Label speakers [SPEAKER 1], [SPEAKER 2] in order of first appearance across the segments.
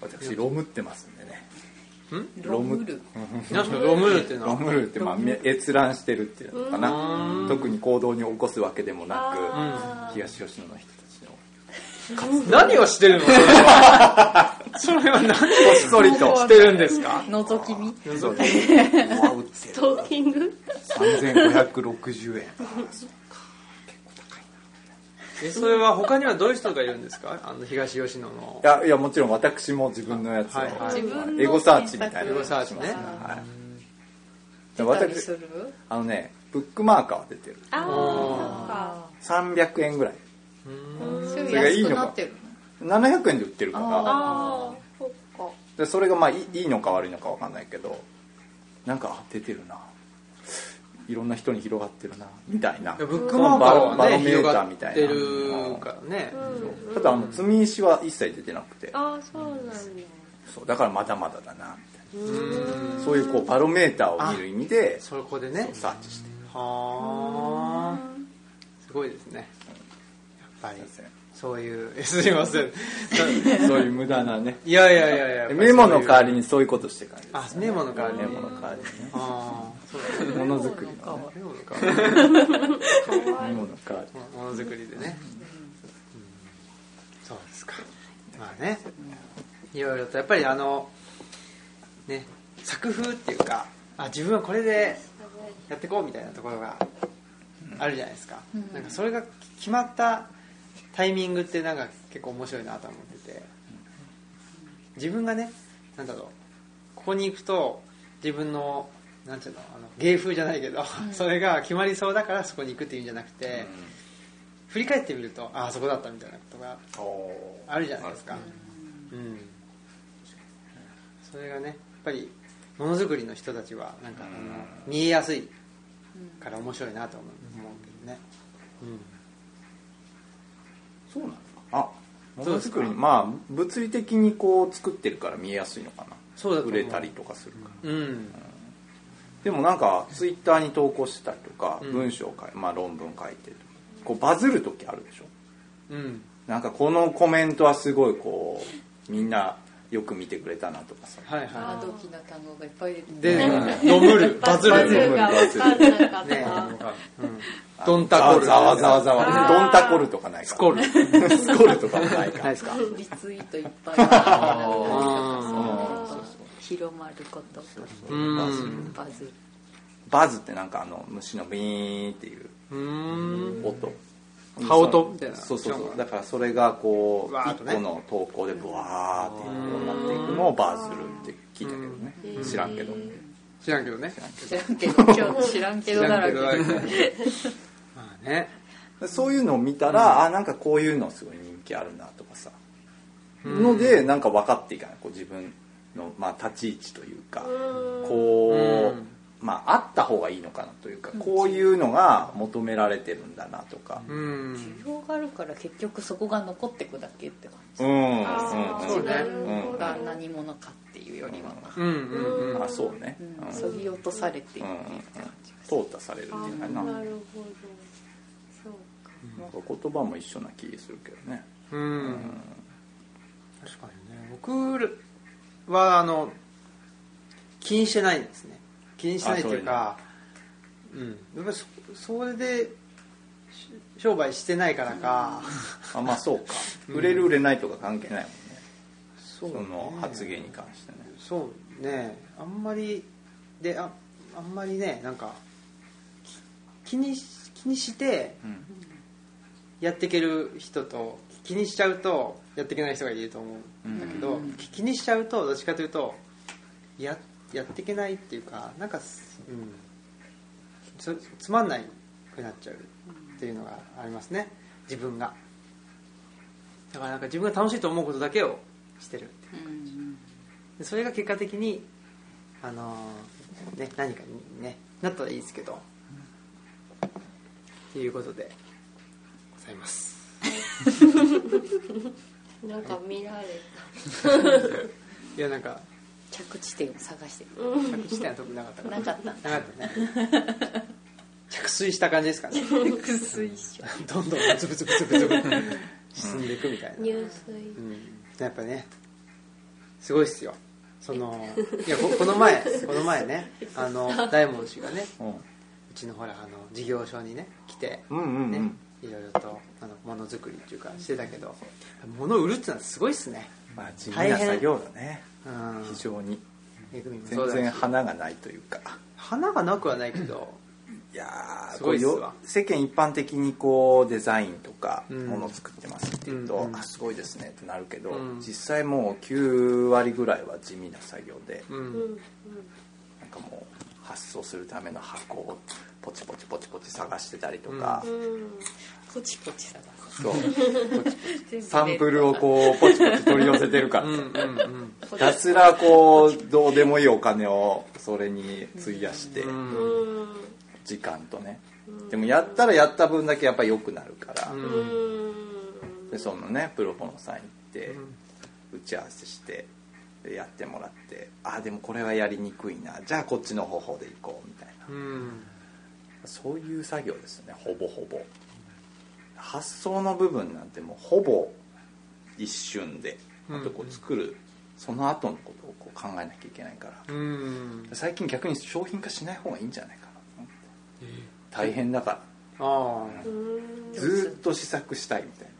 [SPEAKER 1] 私ロムってますんでね
[SPEAKER 2] ん
[SPEAKER 1] ロム
[SPEAKER 3] ル
[SPEAKER 2] なんすかロムールって
[SPEAKER 1] ロ
[SPEAKER 2] な
[SPEAKER 1] ムルって、まあ、め閲覧してるっていうのかな特に行動に起こすわけでもな
[SPEAKER 3] あ
[SPEAKER 1] く東吉野の人たちの
[SPEAKER 2] 何を してるのそれはそれは何を
[SPEAKER 1] こっそりと
[SPEAKER 2] してるんですか
[SPEAKER 3] 覗き見
[SPEAKER 1] そうですうわ売って
[SPEAKER 3] ス
[SPEAKER 1] る
[SPEAKER 3] トーキング
[SPEAKER 1] 3560円
[SPEAKER 2] えそれは他にはどういう人がいるんですかあの東吉野の
[SPEAKER 1] いやいやもちろん私も自分のやつを、
[SPEAKER 2] はいはい
[SPEAKER 3] 自分の
[SPEAKER 1] エゴサーチみたいな
[SPEAKER 2] エゴサーチね
[SPEAKER 1] はい
[SPEAKER 3] 出たりす
[SPEAKER 1] 私
[SPEAKER 3] る
[SPEAKER 1] あのねブックマーカーは出てる
[SPEAKER 3] ああ
[SPEAKER 1] 300円ぐらい
[SPEAKER 3] なんかそれ
[SPEAKER 1] それがいいのか
[SPEAKER 3] 安くなってるの
[SPEAKER 1] 700円で売ってるから
[SPEAKER 3] ああそっか
[SPEAKER 1] でそれがまあいいいいのか悪いのかわかんないけどなんかあ出てるないろんな人に広がってるなみたいな
[SPEAKER 2] ブックマーカーはね
[SPEAKER 1] バロメー
[SPEAKER 2] 広
[SPEAKER 1] ター
[SPEAKER 2] が
[SPEAKER 1] み
[SPEAKER 2] った
[SPEAKER 1] いな
[SPEAKER 2] てるからね、
[SPEAKER 1] ただあの積み石は一切出てなくて
[SPEAKER 3] ああそうなんだ
[SPEAKER 1] そうだからまだまだだなみたいな
[SPEAKER 2] うん
[SPEAKER 1] そういうこうバロメーターを見る意味で
[SPEAKER 2] そこでね
[SPEAKER 1] サーチして
[SPEAKER 2] はあすごいですねやっぱり
[SPEAKER 1] ますね
[SPEAKER 2] そういうえすいません
[SPEAKER 1] そういう無駄なね
[SPEAKER 2] いやいやいやいや
[SPEAKER 1] メモの代わり
[SPEAKER 2] に
[SPEAKER 1] にそういうことしてる感じ
[SPEAKER 2] あメモの代わり
[SPEAKER 1] メ
[SPEAKER 2] に
[SPEAKER 1] モの代わりにね
[SPEAKER 2] ああそうだね
[SPEAKER 1] ものづくりのね
[SPEAKER 2] メモの代わり
[SPEAKER 1] メモの代わり
[SPEAKER 2] ものづくりでね、うんそうですかまあねいろいろとやっぱりあのね作風っていうかあ自分はこれでやってこうみたいなところがあるじゃないですか,、なんかそれが決まったタイミングってなんか結構面白いなと思ってて自分がねなんだろうここに行くと自分のなんていうのあの芸風じゃないけど、それが決まりそうだからそこに行くっていうんじゃなくて、振り返ってみるとああそこだったみたいなことが
[SPEAKER 1] おー
[SPEAKER 2] あるじゃないですかうんそれがねやっぱりものづくりの人たちはなんかあの見えやすいから面白いなと思う思うけどね
[SPEAKER 1] そうなんだあも
[SPEAKER 2] そう
[SPEAKER 1] の
[SPEAKER 2] です
[SPEAKER 1] づ
[SPEAKER 2] か
[SPEAKER 1] くりまあ物理的にこう作ってるから見えやすいのかな
[SPEAKER 2] そうだと
[SPEAKER 1] 売
[SPEAKER 2] 思
[SPEAKER 1] れ
[SPEAKER 2] う
[SPEAKER 1] たりとかするから
[SPEAKER 2] うん、うん、
[SPEAKER 1] でもなんかツイッターに投稿してたりとか、
[SPEAKER 2] うん
[SPEAKER 1] 文章を書い、まあ、論文書いてるとこうバズる時あるでしょ
[SPEAKER 2] うん
[SPEAKER 1] なんかこのコメントはすごいこうみんなよく見てくれたなとかさ
[SPEAKER 2] はい
[SPEAKER 3] あー
[SPEAKER 2] は
[SPEAKER 3] ドキな単語がいっぱい出て
[SPEAKER 2] い
[SPEAKER 3] き
[SPEAKER 2] で
[SPEAKER 3] た
[SPEAKER 2] ロムルバズる
[SPEAKER 3] バズるが分かんなかっ
[SPEAKER 2] ね
[SPEAKER 3] た
[SPEAKER 2] うんドンタコル
[SPEAKER 1] ざわざわざわざわ
[SPEAKER 3] あー
[SPEAKER 1] ドンタコルとかないか
[SPEAKER 2] スコール
[SPEAKER 1] ルスコールとかもない
[SPEAKER 2] な
[SPEAKER 1] か
[SPEAKER 2] いですか
[SPEAKER 3] リツイートいっぱいあ
[SPEAKER 2] あ
[SPEAKER 1] ーそう
[SPEAKER 3] る広まること
[SPEAKER 2] うん
[SPEAKER 1] バズる
[SPEAKER 3] バズる
[SPEAKER 1] バズってなんかあの虫のビーンっていう
[SPEAKER 2] うーん
[SPEAKER 1] 音
[SPEAKER 2] 羽音みたいな
[SPEAKER 1] そうそうそうだからそれがこう
[SPEAKER 2] わーっ
[SPEAKER 1] 一
[SPEAKER 2] とね
[SPEAKER 1] 個の投稿でブワーっていうようになっていくのをバズるって聞いたけどね知らんけど
[SPEAKER 2] 知らんけどね
[SPEAKER 3] 知らんけど今日知らんけ
[SPEAKER 2] 知
[SPEAKER 3] どだ
[SPEAKER 2] らん
[SPEAKER 3] ら
[SPEAKER 2] け
[SPEAKER 3] け
[SPEAKER 2] どだらけまあね
[SPEAKER 1] そういうのを見たら、あなんかこういうのすごい人気あるなとかさ、のでなんか分かっていかないこう自分の、まあ、立ち位置というか、こう、
[SPEAKER 2] うん
[SPEAKER 1] まああった方がいいのかなというか、こういうのが求められてるんだなとか
[SPEAKER 2] うん
[SPEAKER 3] 広がるから結局そこが残ってくだけって感じ
[SPEAKER 1] うんうんうん
[SPEAKER 2] そ
[SPEAKER 3] 自
[SPEAKER 2] うね
[SPEAKER 3] 分が何者かっていうよりは
[SPEAKER 2] うんうんうん
[SPEAKER 1] あそうね、うんうん
[SPEAKER 3] そぎ落とされていく
[SPEAKER 1] うん
[SPEAKER 3] っていう感じ
[SPEAKER 1] 淘汰されるっていうかななん
[SPEAKER 4] な
[SPEAKER 1] か
[SPEAKER 4] るほどそうか
[SPEAKER 1] 言葉も一緒な気するけどね
[SPEAKER 2] うん確かにね僕はあの気にしてないんですね気にしてないっていうかうんやっぱりそそれでし商売してないからか、
[SPEAKER 1] あまあそうか売れる売れないとか関係ないもんね、
[SPEAKER 2] そうね
[SPEAKER 1] その発言に関してね
[SPEAKER 2] そうねあんまりでああんまりねなんかき気にし気にして
[SPEAKER 1] うん
[SPEAKER 2] やっていける人と気にしちゃうとやっていけない人がいると思うんだけど、き気にしちゃうとどっちかというとややっていけないっていうかなんかす、うん、つつまんないくなっちゃうっていうのがありますね自分がだからなんか自分が楽しいと思うことだけをしてるっていうでそれが結果的に、あのーね、何かに、ね、なったらいいですけどっていうことでございます
[SPEAKER 4] なんか見られ
[SPEAKER 2] いやなん か
[SPEAKER 3] 着地点を探してる
[SPEAKER 2] 着地点は特になかったから
[SPEAKER 3] なかった
[SPEAKER 2] なかったね着水した感じですかねどんどんブツブツブツブツブツ進んでいくみたいな、
[SPEAKER 4] た入水
[SPEAKER 2] うんやっぱねすごいっすよそのいやここの前この前ねあの大門氏がね
[SPEAKER 1] うん
[SPEAKER 2] うちのほらあの事業所にね来て、
[SPEAKER 1] うんうんうん
[SPEAKER 2] ね、いろいろとあのものづくりっていうかしてたけど物売るってのはすごいっすね
[SPEAKER 1] まあ地味な作業だね
[SPEAKER 2] うん
[SPEAKER 1] 非常に
[SPEAKER 2] めぐみもそ
[SPEAKER 1] 全
[SPEAKER 2] うだし
[SPEAKER 1] 然花がないというか
[SPEAKER 2] 花がなくはないけど
[SPEAKER 1] いやー
[SPEAKER 2] すごいっすわ
[SPEAKER 1] こうよ世間一般的にこうデザインとか
[SPEAKER 2] うん
[SPEAKER 1] もの作ってますっていうと、
[SPEAKER 2] うんうん
[SPEAKER 1] あすごいですねってなるけど、
[SPEAKER 2] うん
[SPEAKER 1] 実際もう9割ぐらいは地味な作業で、
[SPEAKER 2] う
[SPEAKER 4] うんうんん
[SPEAKER 1] なんかもう発送するための箱をポチポチポチポチ探してたりとか、
[SPEAKER 4] うん
[SPEAKER 3] ポチポチ探す
[SPEAKER 1] そう
[SPEAKER 3] 全部
[SPEAKER 1] サンプルをこうポチポチ取り寄せてるか
[SPEAKER 2] う
[SPEAKER 1] ら
[SPEAKER 2] んうん
[SPEAKER 1] ひたすらこうどうでもいいお金をそれに費やして
[SPEAKER 2] うん
[SPEAKER 4] う
[SPEAKER 2] うん
[SPEAKER 4] ん
[SPEAKER 1] 時間とねでもやったらやった分だけやっぱ良くなるから、
[SPEAKER 2] うん
[SPEAKER 1] でそのねプロポのさん行って
[SPEAKER 2] ん
[SPEAKER 1] 打ち合わせしてでやってもらってあでもこれはやりにくいなじゃあこっちの方法で行こうみたいな
[SPEAKER 2] うん
[SPEAKER 1] そういう作業ですねほぼほぼ発想の部分なんてもうほぼ一瞬で
[SPEAKER 2] うん
[SPEAKER 1] あとこう作るその後のことをこう考えなきゃいけないから
[SPEAKER 2] うん
[SPEAKER 1] 最近逆に商品化しない方がいいんじゃないかなと思って大変だから
[SPEAKER 2] あ
[SPEAKER 4] うん
[SPEAKER 1] ずーっと試作したいみたいな、うん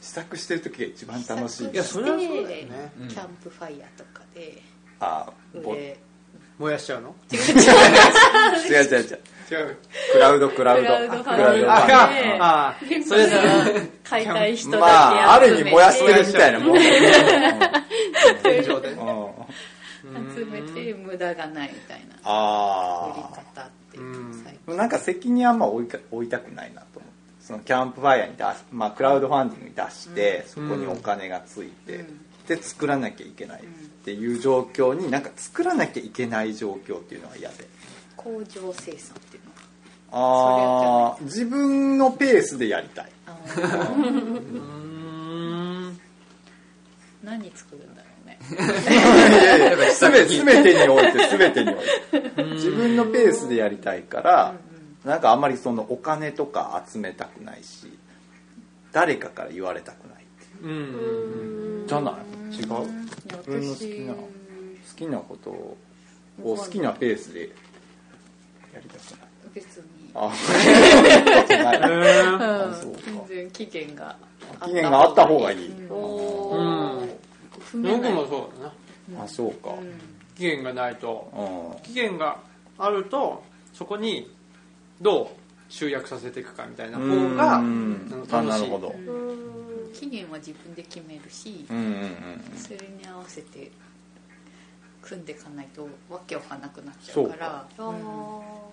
[SPEAKER 1] 試作してる時が一番楽しい
[SPEAKER 2] あいやそれはそうだよ
[SPEAKER 3] で
[SPEAKER 2] ね
[SPEAKER 1] うん
[SPEAKER 3] キャンプファイヤーとかで
[SPEAKER 1] あーぼ違
[SPEAKER 3] 腕
[SPEAKER 2] 燃やしちゃうの
[SPEAKER 1] う違う違う
[SPEAKER 2] 違う
[SPEAKER 1] クラウドクラウド
[SPEAKER 4] クラウドファン
[SPEAKER 1] クラウドフ
[SPEAKER 2] あ
[SPEAKER 1] ァン
[SPEAKER 2] か
[SPEAKER 4] ね
[SPEAKER 2] あーそれだ
[SPEAKER 3] 買いたい人だけ集めて
[SPEAKER 1] まあある意味燃やしてるみたいなもんだ
[SPEAKER 2] 現状で
[SPEAKER 1] うんうん
[SPEAKER 3] 集めて無駄がないみたいな売り
[SPEAKER 1] あ
[SPEAKER 3] 方っていううん最近
[SPEAKER 1] あなんか責任はあんま負いか負いたくないなと思ってそのキャンプファイヤーに出す、まあ、クラウドファンディングに出して、
[SPEAKER 2] うん
[SPEAKER 1] そこにお金がついて、
[SPEAKER 3] うん
[SPEAKER 1] で作らなきゃいけないっていう状況になんか作らなきゃいけない状況っていうのは嫌で
[SPEAKER 3] 工場生産って いうの
[SPEAKER 1] ああ自分のペースでやりたい
[SPEAKER 3] あの
[SPEAKER 2] うん
[SPEAKER 3] 何作るんだろうね
[SPEAKER 1] すべ全てにおいて全てにおいて自分のペースでやりたいからなんかあんまりそのお金とか集めたくないし誰かから言われたくないっていう
[SPEAKER 2] うん
[SPEAKER 4] うん
[SPEAKER 1] じゃない違う好
[SPEAKER 3] いや
[SPEAKER 1] 自分の好きな
[SPEAKER 3] 私
[SPEAKER 1] きなことを好きなペースでやりたくない
[SPEAKER 3] 別に
[SPEAKER 1] あそうじゃ ないあそうか
[SPEAKER 3] 全然期限が
[SPEAKER 1] 期限があった方がいい
[SPEAKER 3] うん
[SPEAKER 4] お
[SPEAKER 2] う
[SPEAKER 4] ー
[SPEAKER 2] ん
[SPEAKER 3] 踏め
[SPEAKER 2] 僕
[SPEAKER 3] ない
[SPEAKER 2] もそうだな
[SPEAKER 1] あそうか
[SPEAKER 3] うん
[SPEAKER 2] 期限がないと
[SPEAKER 1] うん
[SPEAKER 2] 期限があるとそこにどう集約させていくかみたいな方があ
[SPEAKER 1] うん
[SPEAKER 2] の
[SPEAKER 1] あ
[SPEAKER 2] 楽
[SPEAKER 1] な
[SPEAKER 2] し
[SPEAKER 1] る
[SPEAKER 2] い
[SPEAKER 1] ほど
[SPEAKER 4] うんうん
[SPEAKER 3] 期限は自分で決めるし
[SPEAKER 1] うんうんうん
[SPEAKER 3] それに合わせて組んでいかないとわけわかんなくなっちゃうから
[SPEAKER 4] あー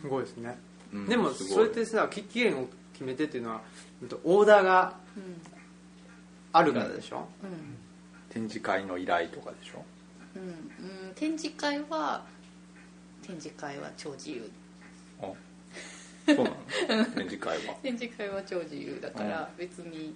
[SPEAKER 2] すごいですね、
[SPEAKER 1] うん
[SPEAKER 2] でも
[SPEAKER 1] すごい
[SPEAKER 2] それってさ期限を決めてっていうのはうんとオーダーが
[SPEAKER 3] うん
[SPEAKER 2] あるからでしょ、
[SPEAKER 3] うん
[SPEAKER 1] 展示会の依頼とかでしょ
[SPEAKER 3] うんうん展示会は展示会は超自由
[SPEAKER 1] あそうなの 展示会は
[SPEAKER 3] 展示会は超自由だから別に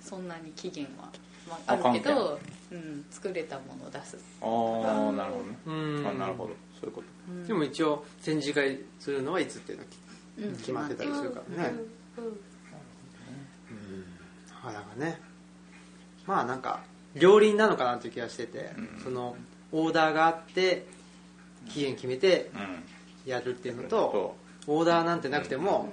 [SPEAKER 3] そんなに期限は、ま
[SPEAKER 1] あ
[SPEAKER 3] あ、あるけ
[SPEAKER 1] 関
[SPEAKER 3] ど、うん、作れたものを出す、
[SPEAKER 1] ああなるほどね
[SPEAKER 2] うん
[SPEAKER 1] あなるほどそういうこと
[SPEAKER 3] うん
[SPEAKER 2] でも一応展示会するのはいつっていうのは
[SPEAKER 3] うん
[SPEAKER 2] 決まってたりするからね、なかなかねまあなんか両輪なのかなっていう気がしてて、
[SPEAKER 1] うん
[SPEAKER 2] そのオーダーがあって期限決めて
[SPEAKER 1] う
[SPEAKER 2] やるっていうんのと、オーダーなんてなくても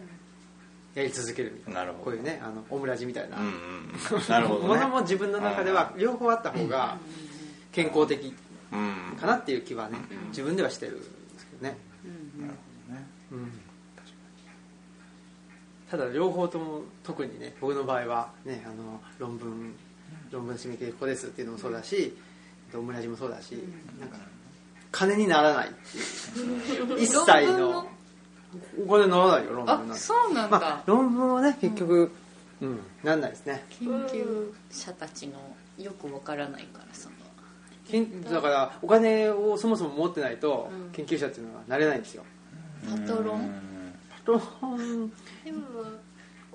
[SPEAKER 2] やり続けるみたいな
[SPEAKER 1] なるほど
[SPEAKER 2] こういうねあのオムラジみたいな、
[SPEAKER 1] うんうんうんなるほど
[SPEAKER 2] も
[SPEAKER 1] ね
[SPEAKER 2] のも自分の中では両方あった方が健康的
[SPEAKER 1] うん
[SPEAKER 2] かなっていう気はね自分ではしてるんですけどね、
[SPEAKER 3] うん
[SPEAKER 1] なるほどね
[SPEAKER 2] ただ両方とも特にね僕の場合はねあの論文論文締め切りここですっていうのもそうだしオムラジもそうだし、なんか金にならないっていう一切
[SPEAKER 3] 論文も
[SPEAKER 2] のお金にならないよ論文なん
[SPEAKER 3] あ
[SPEAKER 2] て
[SPEAKER 3] そうなんだ、
[SPEAKER 2] まあ、論文はね結局、うんなんないですね
[SPEAKER 3] 研究者たちのよくわからないからその
[SPEAKER 2] 研だからお金をそもそも持ってないと
[SPEAKER 3] うん
[SPEAKER 2] 研究者っていうのはなれないんですよ
[SPEAKER 3] パトロン
[SPEAKER 1] うん
[SPEAKER 2] パトロン
[SPEAKER 4] でも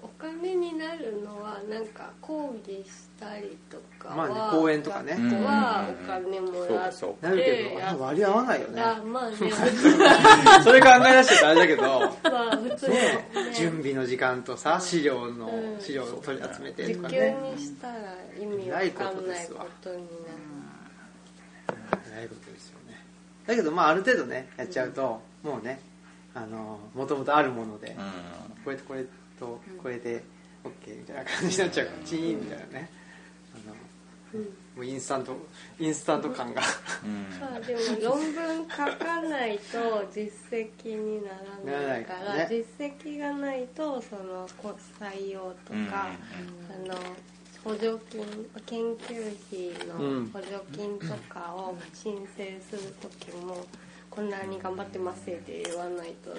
[SPEAKER 3] お
[SPEAKER 4] 金になるのはなんか講義したりとかは、
[SPEAKER 2] まあね講演とかね
[SPEAKER 4] 学校はお金もらって、
[SPEAKER 1] そうかそうか
[SPEAKER 2] なるけどあれ割り合わないよね
[SPEAKER 4] あまあね普
[SPEAKER 2] それ考え出してたらあれだけ ど
[SPEAKER 4] 通は普通ね
[SPEAKER 2] 準備の時間とさ資料の、
[SPEAKER 4] うん
[SPEAKER 2] 資料を取り集めて
[SPEAKER 4] 時
[SPEAKER 2] とか
[SPEAKER 4] 給
[SPEAKER 2] ね
[SPEAKER 4] にしたら意味わかんないことになる
[SPEAKER 2] ないことですよねだけどまあある程度ねやっちゃうと、もうねあのもともとあるもので、
[SPEAKER 1] う
[SPEAKER 2] これとこれとこれで OK みたいな感じになっちゃうからチーンみたいなねあのもうインスタントインスタント感
[SPEAKER 1] ん
[SPEAKER 2] が
[SPEAKER 4] まあでも論文書かないと実績にならないか
[SPEAKER 2] なら
[SPEAKER 4] ら
[SPEAKER 2] ないからね
[SPEAKER 4] 実績がないとそのこ採用と
[SPEAKER 1] うん
[SPEAKER 4] か、あの補助金研究
[SPEAKER 2] う
[SPEAKER 4] 費の
[SPEAKER 2] ん
[SPEAKER 4] 補助金とかを申請する時も、こんなに頑張ってますって言わないと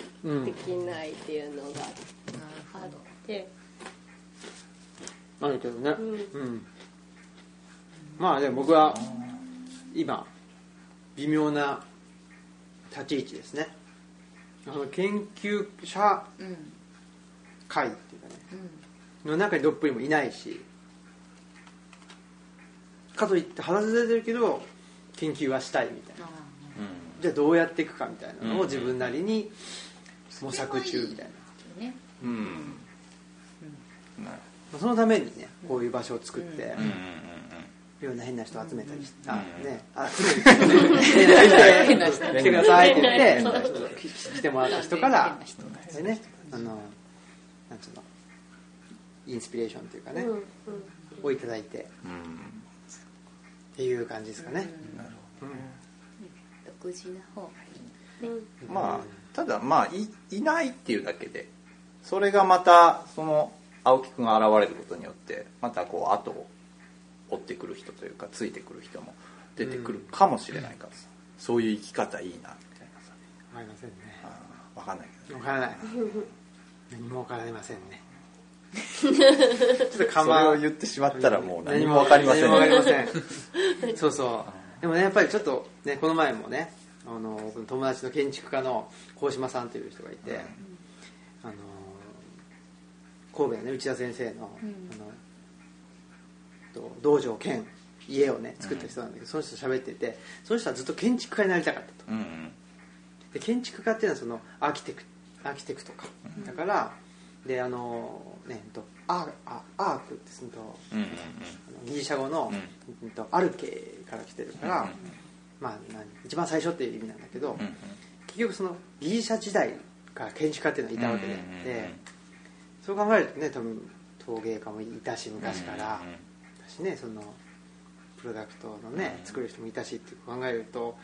[SPEAKER 4] できないっていうのがあって、
[SPEAKER 2] あるけどね
[SPEAKER 4] うん
[SPEAKER 2] うんまあでも僕は今微妙な立ち位置ですねあの研究者
[SPEAKER 3] うんうん
[SPEAKER 2] 会っていうかねの中にどっぷりもいないしかといって話せてるけど研究はしたいみたいな
[SPEAKER 3] あ
[SPEAKER 2] じゃあどうやっていくかみたいなのを自分なりに模索中みたいな
[SPEAKER 3] ーね
[SPEAKER 1] うんうんなる
[SPEAKER 2] そのためにねこういう場所を作って
[SPEAKER 1] ほどうん
[SPEAKER 2] いろんな変な人を集めたりしてあ
[SPEAKER 1] うん
[SPEAKER 2] ねあ集めて
[SPEAKER 3] 変な人
[SPEAKER 2] 来てくださいって
[SPEAKER 1] 変な人
[SPEAKER 2] 言って来てもらった人から
[SPEAKER 3] 人
[SPEAKER 2] でねあのなんつうのインスピレーションというかね
[SPEAKER 4] うんうん
[SPEAKER 2] をいただいて
[SPEAKER 1] うんうん
[SPEAKER 2] っていう感じですかね
[SPEAKER 3] 独自な方がいい
[SPEAKER 4] うん
[SPEAKER 1] うんまあただまあいいないっていうだけでそれがまたその青木くんが現れることによってまたこう後を追ってくる人というかついてくる人も出てくるかもしれないからさ、そういう生き方いいなみたいなさ
[SPEAKER 2] わかりませんね
[SPEAKER 1] あーわかんないけど
[SPEAKER 2] わ
[SPEAKER 1] ね
[SPEAKER 2] からない何もわかりません ねちょっと
[SPEAKER 1] そ
[SPEAKER 2] 構
[SPEAKER 1] れ
[SPEAKER 2] わ
[SPEAKER 1] を言ってしまったらもう何もわかりません
[SPEAKER 2] 何もわかりま
[SPEAKER 1] ん
[SPEAKER 2] せんそうそうでもねやっぱりちょっとねこの前もねあの僕の友達の建築家の鴻島さんという人がいて、あの神戸のね内田先生の,、
[SPEAKER 3] うん
[SPEAKER 2] あのと道場兼家をね作った人なんだけど、その人と喋っててその人はずっと建築家になりたかったと
[SPEAKER 1] うんうん
[SPEAKER 2] で建築家っていうのはそのアーキテクアーキテクトか、だからであのねえっとアーあアークってその
[SPEAKER 1] うんうん
[SPEAKER 2] あのギリシャ語の、うんとアルケから来てるから、
[SPEAKER 1] うんうん
[SPEAKER 2] まあ何一番最初っていう意味なんだけど、
[SPEAKER 1] うんうん
[SPEAKER 2] 結局そのギリシャ時代から建築家っていうのはいたわけで、
[SPEAKER 1] うんうんうん
[SPEAKER 2] でそう考えるとね多分陶芸家もいたし昔から、
[SPEAKER 1] うんうんうん
[SPEAKER 2] だしねそのプロダクトのね
[SPEAKER 1] うん
[SPEAKER 2] 作る人もいたしって考えると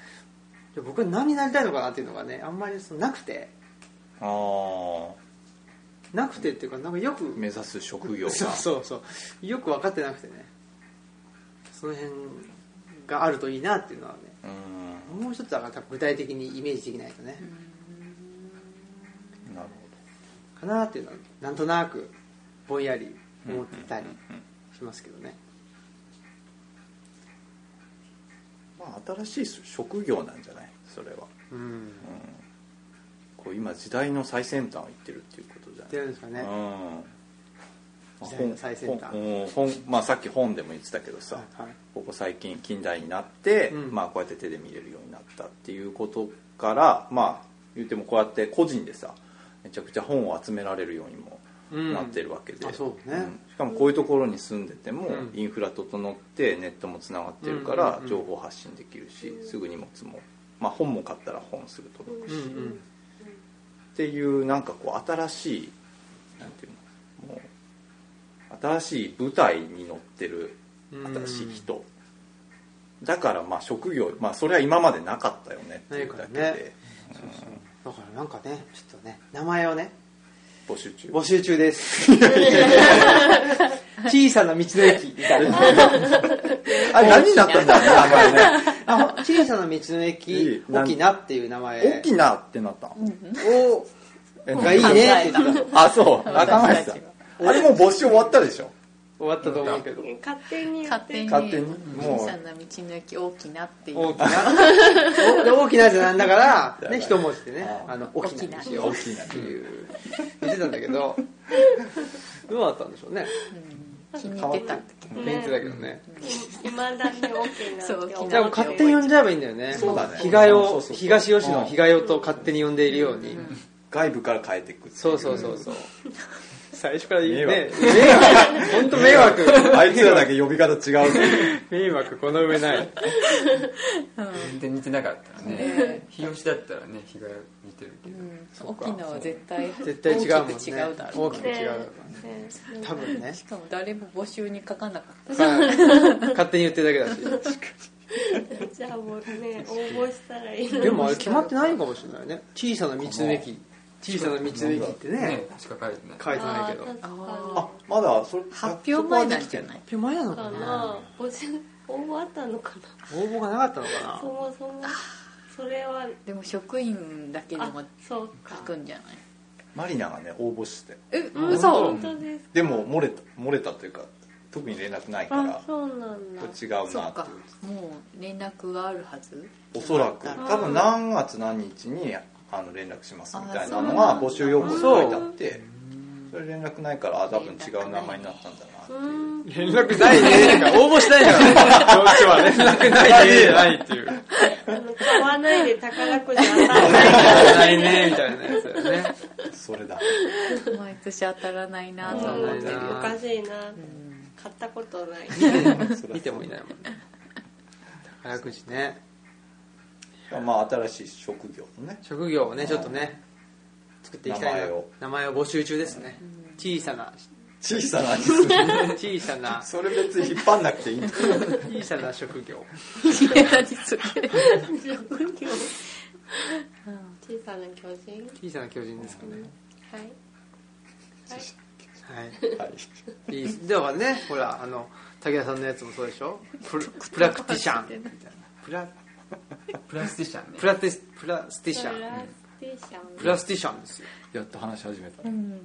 [SPEAKER 2] で僕は何になりたいのかなっていうのがねあんまりそのなくて
[SPEAKER 1] あ
[SPEAKER 2] なくてっていうかなんかよく
[SPEAKER 1] あ目指す職業が
[SPEAKER 2] そうそうそうよく分かってなくてねその辺があるといいなっていうのはね
[SPEAKER 1] うん
[SPEAKER 2] もう一つだから多分具体的にイメージできないとね、
[SPEAKER 1] なる
[SPEAKER 2] かなっていうのはなんとなくぼんやり
[SPEAKER 1] ほど
[SPEAKER 2] 思ってたり
[SPEAKER 1] うんうん
[SPEAKER 2] しますけどね、
[SPEAKER 1] まあ、新しい職業なんじゃないそれは、
[SPEAKER 2] うん
[SPEAKER 1] うん、こう今時代の最先端を行ってるっていうことじゃない
[SPEAKER 2] 出るんですかね
[SPEAKER 1] うん
[SPEAKER 2] 時代の最先端
[SPEAKER 1] 本うん本まあ、さっき本でも言ってたけどさ、
[SPEAKER 2] はいはい
[SPEAKER 1] ここ最近近代になって、
[SPEAKER 2] うん
[SPEAKER 1] まあ、こうやって手で見れるようになったっていうことからまあ言ってもこうやって個人でさめちゃくちゃ本を集められるようにも
[SPEAKER 2] うん
[SPEAKER 1] なってるわけで、
[SPEAKER 2] あそうね
[SPEAKER 1] んしかもこういうところに住んでても、
[SPEAKER 2] うん
[SPEAKER 1] インフラ整ってネットもつながってるから、
[SPEAKER 2] うんうんうん
[SPEAKER 1] 情報発信できるしすぐ荷物も、まあ、本も買ったら本すぐ届くし、
[SPEAKER 2] うんう
[SPEAKER 1] っ
[SPEAKER 2] ん
[SPEAKER 1] ていうなんかこう新しいなんていうのもう新しい舞台に乗ってる新しい人、だからまあ職業まあそれは今までなかったよねっていうだけで、
[SPEAKER 2] ないからねだからなんかねちょっとね名前をね
[SPEAKER 1] うん募集 中
[SPEAKER 2] 募集中です小さな道の駅みたいな
[SPEAKER 1] あれ何になったんだろうね名前 ね
[SPEAKER 2] あ小さな道の駅沖縄っていう名前
[SPEAKER 1] 大きなってなったの
[SPEAKER 2] を
[SPEAKER 1] え
[SPEAKER 2] がいいねって 言ってた
[SPEAKER 1] あ、そう、仲間さん。あれもう募集終わったでしょ
[SPEAKER 2] 終わったと思うけど
[SPEAKER 4] 勝手にやっ
[SPEAKER 3] 勝手
[SPEAKER 4] て
[SPEAKER 3] に
[SPEAKER 1] 勝手にもう
[SPEAKER 3] 小さな道の駅大きなっていう
[SPEAKER 2] 大きなおで 大きなじゃなんだから、ね、一文字でね
[SPEAKER 1] あ
[SPEAKER 2] あの大きなにしよ
[SPEAKER 1] 大
[SPEAKER 2] うっ
[SPEAKER 1] きな
[SPEAKER 2] ていう言ってたんだけどどうだったんでしょうね
[SPEAKER 3] うん気に入ってた
[SPEAKER 2] 気に入ってたけどね、
[SPEAKER 4] いまだに OK なんて
[SPEAKER 3] そう
[SPEAKER 2] じゃあ
[SPEAKER 4] 思
[SPEAKER 2] もう
[SPEAKER 4] う
[SPEAKER 2] 勝手に呼んじゃえばいいんだよね
[SPEAKER 1] そうだね
[SPEAKER 2] 日替え
[SPEAKER 1] そ
[SPEAKER 2] を
[SPEAKER 1] うそうそう
[SPEAKER 2] 東吉野の日替えをと勝手に呼んでいるように、
[SPEAKER 1] 外部から変えていくってい
[SPEAKER 2] そうそうそうそう最初から言うね
[SPEAKER 1] 迷惑
[SPEAKER 2] 迷惑本当迷惑
[SPEAKER 1] あいつらだけ呼び方違うね
[SPEAKER 2] 迷惑この上ない
[SPEAKER 5] 全然似てなかったらね日吉だったらね日が似てるけど
[SPEAKER 3] うん沖縄は絶対
[SPEAKER 2] 絶対違うもんね
[SPEAKER 3] 大きく違うだろ
[SPEAKER 2] 大
[SPEAKER 3] う
[SPEAKER 2] き
[SPEAKER 3] ね
[SPEAKER 2] く違うだろ
[SPEAKER 4] ね
[SPEAKER 2] う多分ね
[SPEAKER 3] しかも誰も募集に書かなかっ
[SPEAKER 2] 勝手に言ってるだけだし
[SPEAKER 4] じゃあもうね応募したらいいのに
[SPEAKER 2] でもあれ決まってないのかもしれないね小さな道の駅小さな道の駅ってね
[SPEAKER 5] しか書いてない
[SPEAKER 2] 書いてない
[SPEAKER 4] あ
[SPEAKER 2] けど
[SPEAKER 4] ー確か
[SPEAKER 1] あまだそれ
[SPEAKER 3] 発表前なんじゃない
[SPEAKER 2] 発表前なの
[SPEAKER 4] に
[SPEAKER 2] か
[SPEAKER 4] か
[SPEAKER 2] な
[SPEAKER 4] な募集応募あったのかな
[SPEAKER 2] 応募がなかったのか
[SPEAKER 4] そもそもそれは
[SPEAKER 3] たでも職員だけで
[SPEAKER 4] あ
[SPEAKER 3] も
[SPEAKER 4] そう
[SPEAKER 3] 書
[SPEAKER 4] か
[SPEAKER 3] くんじゃない
[SPEAKER 1] マリナがね応募してたよ
[SPEAKER 3] え
[SPEAKER 2] ん
[SPEAKER 3] 嘘
[SPEAKER 4] 本当です
[SPEAKER 1] でも漏れた漏れたというか特に連絡ないから
[SPEAKER 4] あそうなん
[SPEAKER 1] 違
[SPEAKER 4] だ
[SPEAKER 1] うなって
[SPEAKER 3] そ
[SPEAKER 1] いう
[SPEAKER 3] っかもう連絡があるはず
[SPEAKER 1] おそらく
[SPEAKER 3] あ
[SPEAKER 1] 多分何月何日にあの連絡しますみたいなの
[SPEAKER 3] あ
[SPEAKER 1] が
[SPEAKER 3] そう
[SPEAKER 1] 募集要項に書いてあってそれ連絡ないからあ多分違う名前になったんだなって
[SPEAKER 4] う
[SPEAKER 1] い
[SPEAKER 4] ん
[SPEAKER 2] な連絡ないねなんか応募したいからどっちは連絡ないねないっていう
[SPEAKER 4] あの買わないで宝くじ当たらない
[SPEAKER 2] ないねみたいなやつだよね
[SPEAKER 1] うそれ だ
[SPEAKER 3] 毎年当たらないな
[SPEAKER 4] う
[SPEAKER 3] とは思ってる
[SPEAKER 2] 当たらない
[SPEAKER 4] ん
[SPEAKER 2] な
[SPEAKER 4] おかしいな買ったことない
[SPEAKER 2] 見てもいないもんね宝くじね
[SPEAKER 1] まあ新しい職業のね
[SPEAKER 2] 職業をねちょっとね作っていきたいな
[SPEAKER 1] 名前を
[SPEAKER 2] 名前を募集中ですね小さな
[SPEAKER 1] 小さな味する
[SPEAKER 2] 小さな
[SPEAKER 1] それ別に引っ張んなくていいんだ
[SPEAKER 2] 小さな職業
[SPEAKER 3] いや何それ
[SPEAKER 4] 職業小さな巨人
[SPEAKER 2] 小さな巨人ですかね
[SPEAKER 4] はい
[SPEAKER 2] はい
[SPEAKER 1] はい
[SPEAKER 2] いいっすだからねほらあの武田さんのやつもそうでしょププラクティシャンみたいなプラ
[SPEAKER 5] プラスティシャンね
[SPEAKER 2] プラテスプラスティ
[SPEAKER 4] プ
[SPEAKER 2] シ
[SPEAKER 4] ラ
[SPEAKER 2] ャン
[SPEAKER 4] スティシャン
[SPEAKER 2] プラスティシャンですよ
[SPEAKER 1] やっと話し始めた
[SPEAKER 3] うん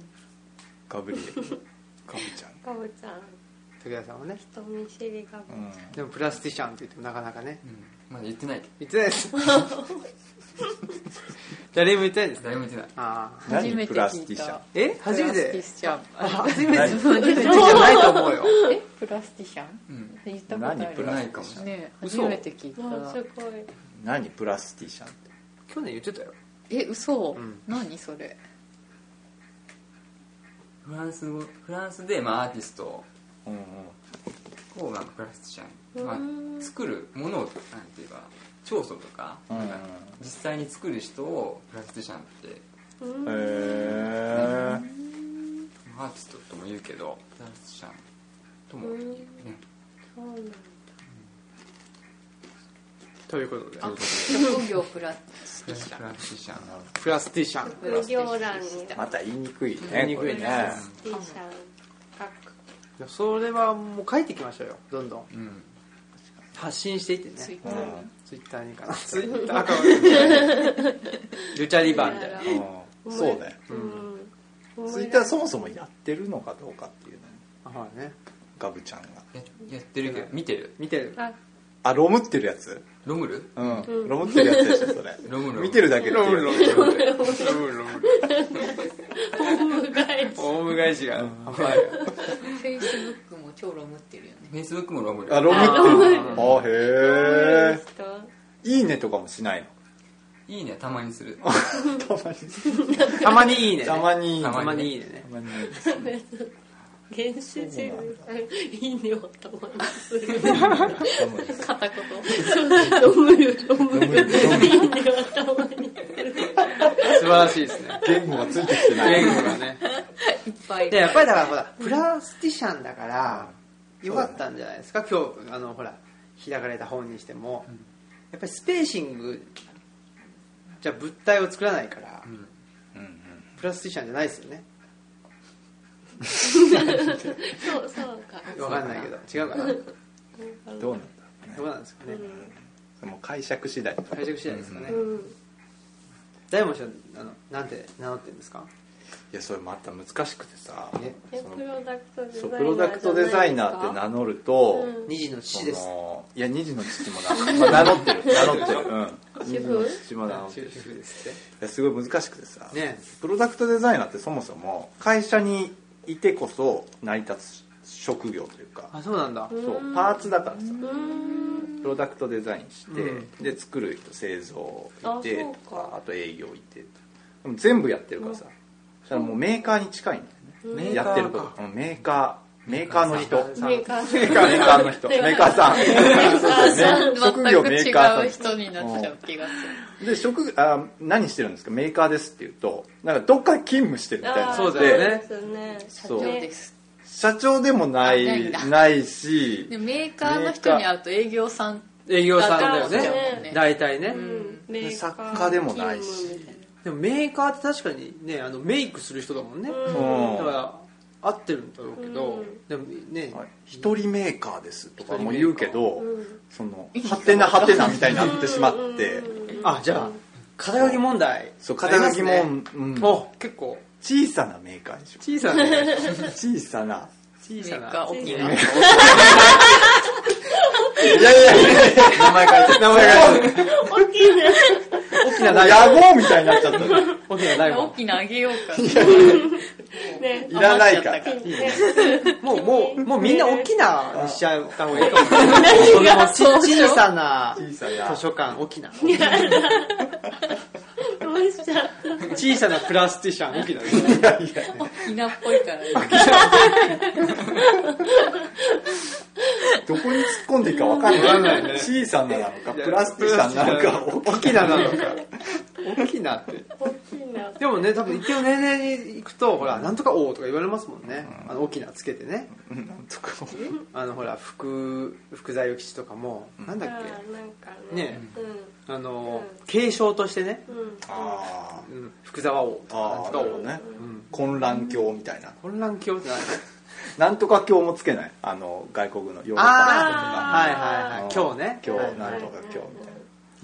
[SPEAKER 1] ガブリエルガブちゃん
[SPEAKER 4] かぼちゃん
[SPEAKER 2] 武田さんはね
[SPEAKER 4] 人見知りが
[SPEAKER 1] うん
[SPEAKER 2] でもプラスティシャンって言ってもなかなかね
[SPEAKER 5] うんまだ言ってないけど
[SPEAKER 2] 言ってないです誰も言ってないんですね
[SPEAKER 5] 誰も言ってない
[SPEAKER 2] ああ
[SPEAKER 3] 初め
[SPEAKER 1] 何
[SPEAKER 3] て
[SPEAKER 1] プラステ
[SPEAKER 3] 聞
[SPEAKER 1] ィ
[SPEAKER 3] い
[SPEAKER 1] シャン
[SPEAKER 3] た
[SPEAKER 2] え初め
[SPEAKER 3] プラ
[SPEAKER 2] て
[SPEAKER 3] スティシャン
[SPEAKER 2] あ初めて初めてじゃないと思うよ
[SPEAKER 3] えプラスティシャン
[SPEAKER 5] うん
[SPEAKER 3] 言ったことあ
[SPEAKER 1] 何プ
[SPEAKER 3] る
[SPEAKER 1] ラ
[SPEAKER 5] ないかもしれない
[SPEAKER 3] ね初
[SPEAKER 2] 嘘
[SPEAKER 3] めて聞い
[SPEAKER 4] もうす
[SPEAKER 3] た
[SPEAKER 4] ごい
[SPEAKER 1] 何プラスティシャンって
[SPEAKER 2] 去年言ってたよ
[SPEAKER 3] え嘘
[SPEAKER 2] ん
[SPEAKER 3] 何それ
[SPEAKER 5] フランス語フランスでまあアーティスト
[SPEAKER 1] うんうん
[SPEAKER 5] をなんかプラスティシャ
[SPEAKER 4] う
[SPEAKER 5] ン、ま
[SPEAKER 4] ん
[SPEAKER 5] あ、作るものをなんていうか調査とか,、
[SPEAKER 1] うん
[SPEAKER 5] なんか実際に作る人をプラスティシャンって
[SPEAKER 4] うん
[SPEAKER 1] へ
[SPEAKER 5] アーティストとも言うけどプラスティシャンとも言うね、
[SPEAKER 4] そうなんだ
[SPEAKER 2] ということで
[SPEAKER 3] 職業プラスティ
[SPEAKER 5] プラス
[SPEAKER 3] シ
[SPEAKER 5] プ
[SPEAKER 3] ャン
[SPEAKER 5] ラスティシャン
[SPEAKER 2] プラスティシャン
[SPEAKER 3] プラス
[SPEAKER 4] 無
[SPEAKER 3] ティシャ
[SPEAKER 4] 料
[SPEAKER 3] ン
[SPEAKER 4] 欄に
[SPEAKER 1] えまた言いにくいね
[SPEAKER 2] 言いにく
[SPEAKER 1] これ
[SPEAKER 2] いね
[SPEAKER 1] ね
[SPEAKER 4] ティシャン書
[SPEAKER 2] い
[SPEAKER 4] く
[SPEAKER 2] やそれはもう書いていきましょうよどんどん
[SPEAKER 5] うん
[SPEAKER 2] 発信していってね
[SPEAKER 3] ツイッ
[SPEAKER 1] う
[SPEAKER 3] タ
[SPEAKER 1] ん
[SPEAKER 3] ー
[SPEAKER 2] ツイッターにかな。ツイッターかも。ルチャリバーみたいな。
[SPEAKER 1] うんそうだよ
[SPEAKER 4] うん
[SPEAKER 1] ツイッターそもそもやってるのかどうかっていうの
[SPEAKER 2] あ、ほらね。
[SPEAKER 1] ガブちゃんが
[SPEAKER 5] ややってるけど見てる
[SPEAKER 2] 見てる。
[SPEAKER 4] あ
[SPEAKER 1] あロムってるやつ
[SPEAKER 5] ロムル
[SPEAKER 1] うん、
[SPEAKER 4] ん
[SPEAKER 1] ロムってるやつでしょそれ
[SPEAKER 5] ロムロム
[SPEAKER 1] 見てるだけっていう
[SPEAKER 2] ロムロム。ロムロム。オウム返しが。
[SPEAKER 3] フェイスブックも超ロムってるよね
[SPEAKER 5] フェイスブックもロムル
[SPEAKER 1] あロムってるあへえ
[SPEAKER 4] 人
[SPEAKER 1] いいねとかもしない
[SPEAKER 5] いいねたまにする
[SPEAKER 1] のたまに
[SPEAKER 2] たまにいいね。
[SPEAKER 1] たまに
[SPEAKER 5] た
[SPEAKER 2] たまにい
[SPEAKER 5] い
[SPEAKER 2] いね
[SPEAKER 1] た。まに
[SPEAKER 4] 原始人いいねをたまにする
[SPEAKER 3] 片言
[SPEAKER 4] ロムルロム
[SPEAKER 1] ロムルロム
[SPEAKER 4] いいねをたまにする
[SPEAKER 2] 素晴らしいですね。
[SPEAKER 1] 言語がついてきてない
[SPEAKER 2] 言語がね。
[SPEAKER 3] いっぱい
[SPEAKER 2] で、やっぱりだからほら、プラスティシャンだから、よかったんじゃないですか、今日、あの、ほら、開かれた本にしても。やっぱりスペーシング、じゃあ物体を作らないから、
[SPEAKER 1] うんうん
[SPEAKER 2] プラスティシャンじゃないですよね。
[SPEAKER 4] そうそうか
[SPEAKER 2] わかんないけど。違うかな。ど
[SPEAKER 1] どうなんだろう
[SPEAKER 2] う
[SPEAKER 1] ね
[SPEAKER 2] なんですかね。
[SPEAKER 1] それも解釈次第
[SPEAKER 2] 解釈次第ですかね、
[SPEAKER 4] うん
[SPEAKER 2] 大門さんあのなんて名乗ってるんですか
[SPEAKER 1] いやそれまた難しくてさ
[SPEAKER 2] え
[SPEAKER 4] え
[SPEAKER 1] その
[SPEAKER 4] プロダクトデザイナー
[SPEAKER 1] そうプロダクトデザイナーって名乗ると、
[SPEAKER 4] うん
[SPEAKER 2] 二児の父です
[SPEAKER 1] そのいや二児の父もな、まあ、名乗ってる名乗ってる、うん、
[SPEAKER 4] 主婦
[SPEAKER 1] 二児の父も名乗って
[SPEAKER 2] 主
[SPEAKER 1] るい
[SPEAKER 2] 婦ですっ
[SPEAKER 1] やすごい難しくてさ、
[SPEAKER 2] てね
[SPEAKER 1] プロダクトデザイナーってそもそも会社にいてこそ成り立つ職業というか
[SPEAKER 2] あそうなんだ
[SPEAKER 1] そうパーツだからさ
[SPEAKER 4] うん
[SPEAKER 1] プロダクトデザインして、
[SPEAKER 2] う
[SPEAKER 1] で作る人製造
[SPEAKER 4] あ
[SPEAKER 1] いて
[SPEAKER 4] そうか
[SPEAKER 1] あと営業いてでも全部やってるからさそしたらもうメーカーに近いんだよ
[SPEAKER 2] う
[SPEAKER 1] ね
[SPEAKER 2] ん
[SPEAKER 1] やってることうんメーカーメーカーの人
[SPEAKER 2] さん
[SPEAKER 4] メーカーさん
[SPEAKER 1] メーカーメーカーの人メーカーさんそうそう
[SPEAKER 3] 全
[SPEAKER 1] 職業
[SPEAKER 3] く
[SPEAKER 1] メーカ
[SPEAKER 3] 違う
[SPEAKER 1] ーさ
[SPEAKER 3] 人になっちゃう気がす
[SPEAKER 1] んで職業あ何してるんですかメーカーですって言うとなんかどっか勤務してるみたい
[SPEAKER 4] あ
[SPEAKER 1] な
[SPEAKER 4] ー
[SPEAKER 2] そうだよね
[SPEAKER 4] そうですね
[SPEAKER 1] そう
[SPEAKER 3] る社長です
[SPEAKER 1] 社長でもな
[SPEAKER 3] あないいんだ
[SPEAKER 1] ないし
[SPEAKER 3] でメーカーの人に会うと営業さん
[SPEAKER 2] 営業さんだよ
[SPEAKER 4] だから
[SPEAKER 2] ね
[SPEAKER 4] そう
[SPEAKER 3] ね
[SPEAKER 2] 大体ね、
[SPEAKER 4] うんメーカー
[SPEAKER 1] 作家でもないし
[SPEAKER 4] 勤務みたい
[SPEAKER 2] でもメーカーって確かにねあのメイクする人だもんね、
[SPEAKER 4] うん
[SPEAKER 1] うん
[SPEAKER 2] だから合ってるんだろうけど、
[SPEAKER 4] うん
[SPEAKER 2] でもね、
[SPEAKER 1] はい一人メーカーですとかも言うけど、
[SPEAKER 4] うん
[SPEAKER 1] そのハテナハテナみたいになってしまって、
[SPEAKER 4] うん
[SPEAKER 2] あじゃあ肩書き問題
[SPEAKER 1] そう肩書きも、
[SPEAKER 2] ありますね
[SPEAKER 1] うん、
[SPEAKER 2] お結構
[SPEAKER 1] 小さなメーカーでしょ
[SPEAKER 2] 小さなね
[SPEAKER 1] 小さな
[SPEAKER 2] 小
[SPEAKER 3] メ
[SPEAKER 2] さ
[SPEAKER 3] ーカー
[SPEAKER 2] な
[SPEAKER 3] 大きいない
[SPEAKER 1] やいやいや名前変えて名前変えて
[SPEAKER 4] 大きいね
[SPEAKER 2] 大きな大
[SPEAKER 1] 野望みたいになっちゃった
[SPEAKER 2] 大きな大
[SPEAKER 3] 大
[SPEAKER 2] 門
[SPEAKER 3] きなあげようか
[SPEAKER 4] ね
[SPEAKER 1] いらないから
[SPEAKER 3] 余っちゃった
[SPEAKER 4] ね
[SPEAKER 2] もうもうもうみんな大きなにしちゃった方がいいかも
[SPEAKER 4] 何が
[SPEAKER 2] ち小さな
[SPEAKER 1] 小さな
[SPEAKER 2] 図書館大きな
[SPEAKER 4] どうしちゃった
[SPEAKER 2] 小さなプラスティシャン大きなね
[SPEAKER 3] 大きなっぽいから
[SPEAKER 1] どこに突っ込んでいいか分かんない
[SPEAKER 2] わかんないね
[SPEAKER 1] 小さななのかプラスティシャンなのか
[SPEAKER 2] 大きななのか大きなって
[SPEAKER 4] 大きいな
[SPEAKER 2] でもね多分一定の年齢に行くとほらなんとか王とか言われますもんね、あの大きなつけてね
[SPEAKER 1] うんなんとか
[SPEAKER 2] あのほら副副財吉とかも、なんだっ
[SPEAKER 4] あ
[SPEAKER 2] け
[SPEAKER 4] ーなんか
[SPEAKER 2] ね
[SPEAKER 4] う
[SPEAKER 2] あの、
[SPEAKER 4] う
[SPEAKER 2] 継承としてね、
[SPEAKER 4] んうん
[SPEAKER 1] あ
[SPEAKER 2] うん、福沢王
[SPEAKER 1] ー
[SPEAKER 2] とかなん
[SPEAKER 1] あーな
[SPEAKER 2] とか
[SPEAKER 1] るほ
[SPEAKER 2] 王
[SPEAKER 1] どね
[SPEAKER 2] うん
[SPEAKER 1] 混乱教みたいな
[SPEAKER 2] 混乱教って何
[SPEAKER 1] なんとか教もつけないあの外国のヨーロッパ
[SPEAKER 2] ああはいはいはい今日ね
[SPEAKER 1] の人とか
[SPEAKER 2] は
[SPEAKER 1] 今日
[SPEAKER 2] い
[SPEAKER 1] なんとか教みたい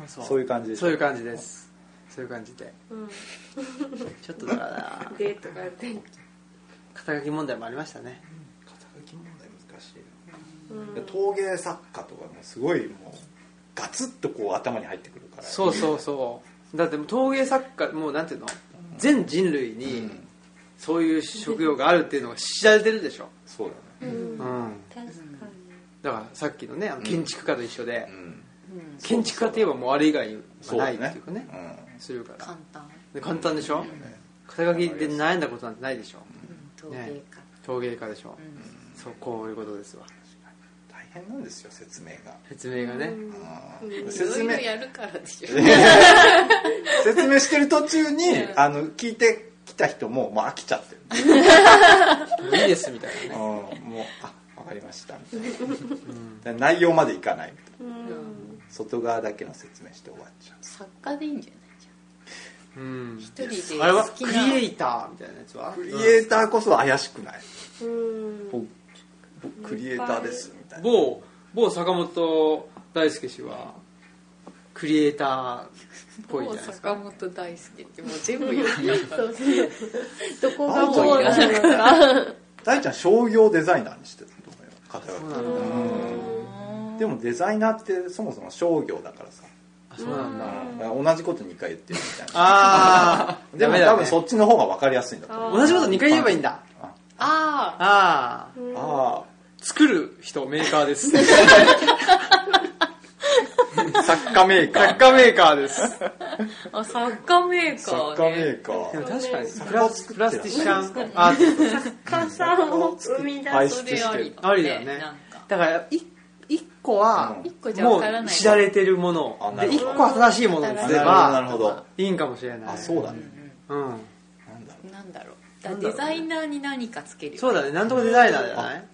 [SPEAKER 2] そ
[SPEAKER 1] な
[SPEAKER 2] う
[SPEAKER 1] そういう感じでしょ
[SPEAKER 2] そういう感じですそういう感じで
[SPEAKER 4] うん
[SPEAKER 2] ちょっとだから
[SPEAKER 4] デートが全部
[SPEAKER 2] 肩書き問題もありましたね
[SPEAKER 1] 肩書き問題難しいな
[SPEAKER 4] うん
[SPEAKER 1] 陶芸作家とかもすごいもうガツッとこう頭に入ってくるから
[SPEAKER 2] そうそうそうだってもう陶芸作家もうなんていうの全人類
[SPEAKER 1] う
[SPEAKER 2] に
[SPEAKER 1] ん
[SPEAKER 2] そういう職業があるっていうのが知られてるでしょ、
[SPEAKER 1] そうだね
[SPEAKER 2] うん、
[SPEAKER 4] 確か
[SPEAKER 2] だからさっきのねあの建築家と一緒で、
[SPEAKER 1] うん
[SPEAKER 2] 建築家といえばもうあれ以外は
[SPEAKER 1] だ
[SPEAKER 2] な
[SPEAKER 1] ね
[SPEAKER 2] いっていうかね
[SPEAKER 1] うん
[SPEAKER 2] するから
[SPEAKER 3] 簡単
[SPEAKER 2] で簡単でしょ、肩書きで悩んだことなんてないでしょ
[SPEAKER 3] 陶芸家
[SPEAKER 2] 陶芸家でしょ、
[SPEAKER 3] うん
[SPEAKER 2] そうこういうことですわ
[SPEAKER 1] 大変なんですよ説明が
[SPEAKER 2] 説明がね、
[SPEAKER 1] うん
[SPEAKER 3] いろ
[SPEAKER 1] 説
[SPEAKER 3] いろ
[SPEAKER 1] 明
[SPEAKER 3] やるからでしょ
[SPEAKER 1] 説明してる途中にあの聞いてきた人ももう飽きちゃってる
[SPEAKER 2] もういいですみたいなね
[SPEAKER 1] もうあわかりましたみたいな内容までいかないみたい
[SPEAKER 4] にうん
[SPEAKER 1] な外側だけの説明して終わっちゃう
[SPEAKER 3] 作家でいいんじゃないじゃ
[SPEAKER 2] うん
[SPEAKER 3] ん一人で
[SPEAKER 2] あれは
[SPEAKER 3] 好き
[SPEAKER 2] ク
[SPEAKER 3] な
[SPEAKER 2] リエイターみたいなやつは
[SPEAKER 1] クリエイターこそ怪しくない
[SPEAKER 4] うん
[SPEAKER 1] 僕僕クリエイターですみたいな
[SPEAKER 2] 某某坂本大輔氏はクリエイターっぽいじゃ
[SPEAKER 3] もう
[SPEAKER 2] ないです
[SPEAKER 3] 坂
[SPEAKER 2] か
[SPEAKER 3] 本大輔ってもう全部言っ
[SPEAKER 4] そうそうどこ
[SPEAKER 1] あ
[SPEAKER 4] が
[SPEAKER 1] ー
[SPEAKER 4] こ うなのか
[SPEAKER 1] 大ちゃん商業デザイナーにしてたと思うよ肩
[SPEAKER 2] そ
[SPEAKER 1] 書
[SPEAKER 2] うなんだ
[SPEAKER 1] きでもデザイナーってそもそも商業だからさ
[SPEAKER 2] あそうなんだ
[SPEAKER 1] だから同じこと2回言ってるみたいな
[SPEAKER 2] ああ
[SPEAKER 1] でも多分そっちの方が分かりやすいんだと思う
[SPEAKER 4] あー
[SPEAKER 2] 同じこと2回言えばいいんだ
[SPEAKER 3] あ
[SPEAKER 2] ああ
[SPEAKER 1] あ
[SPEAKER 2] 作る人メーカーです
[SPEAKER 1] あ作家メーカー
[SPEAKER 2] 作家メーカーです
[SPEAKER 3] ーあ作家メーカ
[SPEAKER 1] 作
[SPEAKER 3] ー
[SPEAKER 1] 家メ
[SPEAKER 3] ね
[SPEAKER 1] ーカ
[SPEAKER 2] で
[SPEAKER 1] ー
[SPEAKER 2] も確かに
[SPEAKER 1] 作
[SPEAKER 2] プ
[SPEAKER 1] 家
[SPEAKER 2] ラ
[SPEAKER 1] を
[SPEAKER 2] ス
[SPEAKER 1] 作っ
[SPEAKER 2] プ
[SPEAKER 1] てらっ
[SPEAKER 2] ラ
[SPEAKER 1] し
[SPEAKER 2] ス
[SPEAKER 1] ゃる
[SPEAKER 2] ティシャンアーティスト
[SPEAKER 4] 母さんを生み出
[SPEAKER 1] はい
[SPEAKER 4] す
[SPEAKER 3] それありだね
[SPEAKER 2] ありだよね
[SPEAKER 3] なんか
[SPEAKER 2] だからい一個は
[SPEAKER 1] うん
[SPEAKER 3] 一個じゃ
[SPEAKER 2] も
[SPEAKER 3] わからないう
[SPEAKER 2] 知られてるも
[SPEAKER 1] あ
[SPEAKER 2] の
[SPEAKER 1] な
[SPEAKER 2] で
[SPEAKER 1] るほど
[SPEAKER 2] 一個は正しいものにすれ
[SPEAKER 1] あなる
[SPEAKER 2] ば
[SPEAKER 1] ほどなるほ
[SPEAKER 2] いいんかもしれない
[SPEAKER 1] どあそうだね
[SPEAKER 2] うん
[SPEAKER 1] なんだろう
[SPEAKER 3] なんだろうだデザイナーに何かつける
[SPEAKER 2] そうだねなんとかデザイナーじゃない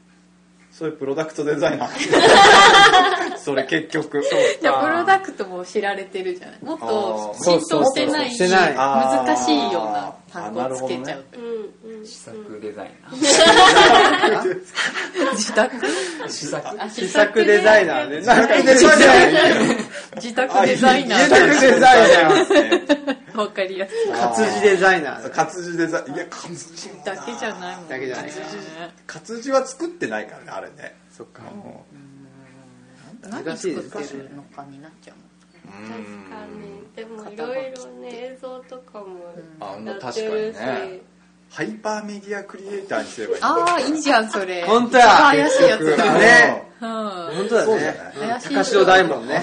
[SPEAKER 1] そういうプロダクトデザイナーそれ結局
[SPEAKER 3] じゃあプロダクトも知られてるじゃないもっと浸透してない
[SPEAKER 2] そうそうそうしてない
[SPEAKER 3] 難しいような単語をつけちゃう、
[SPEAKER 4] うんうん
[SPEAKER 5] 試作デザイナー
[SPEAKER 3] 自宅
[SPEAKER 5] 試作
[SPEAKER 3] あ
[SPEAKER 2] 試作デザイナーで
[SPEAKER 1] なるほどねなんかデザイナー
[SPEAKER 3] 自宅デザイナ
[SPEAKER 1] あ自
[SPEAKER 2] 自
[SPEAKER 1] 宅
[SPEAKER 3] ー
[SPEAKER 2] 宅デザイナー
[SPEAKER 3] わかりやすい
[SPEAKER 2] 活字デザイナー
[SPEAKER 1] 活字デザインいや活字もな
[SPEAKER 3] だけじゃないもんね
[SPEAKER 2] だけじゃない
[SPEAKER 1] 活字は作ってないからねあれね
[SPEAKER 2] そっか
[SPEAKER 3] 何作ってるのかになっちゃうもん
[SPEAKER 1] うん
[SPEAKER 4] 確かにでもいろいろね映像とかも
[SPEAKER 1] あまあ
[SPEAKER 4] やってるし
[SPEAKER 1] 確かにねハイパーメディアクリエイターにすればいい
[SPEAKER 3] ああいいじゃんそれ
[SPEAKER 2] 本当や
[SPEAKER 3] 一番怪しいやつだ、
[SPEAKER 2] ね
[SPEAKER 3] うん
[SPEAKER 2] 本当だ
[SPEAKER 1] そうじゃ
[SPEAKER 2] ね
[SPEAKER 1] ない
[SPEAKER 2] うん
[SPEAKER 3] 怪しい
[SPEAKER 2] 高城大門ね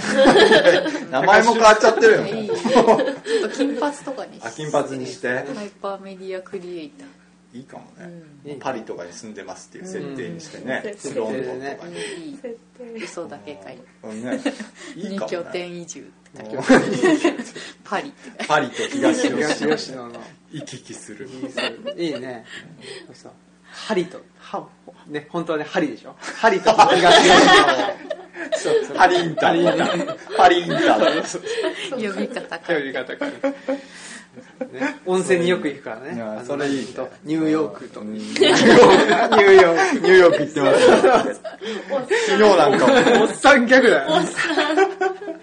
[SPEAKER 1] 名前も変わっちゃってるよ
[SPEAKER 3] いい
[SPEAKER 1] ね
[SPEAKER 3] ねちょっと金髪とかに
[SPEAKER 1] あ金髪にして
[SPEAKER 3] ハイパーメディアクリエイター
[SPEAKER 1] いいかも
[SPEAKER 3] う
[SPEAKER 1] ね、
[SPEAKER 3] ん
[SPEAKER 2] うん
[SPEAKER 1] パリとかに住んでますっていう設定にしてね、
[SPEAKER 4] うん
[SPEAKER 1] スロンドンとかに、
[SPEAKER 3] いい
[SPEAKER 4] 設定
[SPEAKER 3] 嘘だけかい
[SPEAKER 1] うんね、いい
[SPEAKER 3] 二
[SPEAKER 1] か
[SPEAKER 3] 拠
[SPEAKER 1] もね
[SPEAKER 3] 点移住って書いてある
[SPEAKER 1] うん
[SPEAKER 3] パリって
[SPEAKER 1] パリと東
[SPEAKER 2] 東
[SPEAKER 1] 吉
[SPEAKER 2] 吉
[SPEAKER 1] 野
[SPEAKER 2] 野の
[SPEAKER 1] 行き来する
[SPEAKER 2] いいねそうそう針とはね本当はね針でしょ針 と東吉
[SPEAKER 1] パリンタパリンタ
[SPEAKER 3] 呼び方か
[SPEAKER 2] 野の呼び方からね温泉によく行くから
[SPEAKER 1] いや
[SPEAKER 2] ね
[SPEAKER 1] それいいね
[SPEAKER 2] あのニューヨークと
[SPEAKER 1] ニューヨークニューヨークニューヨーク行ってます昨日なんかも
[SPEAKER 2] おっさんギャグだよね
[SPEAKER 3] 昨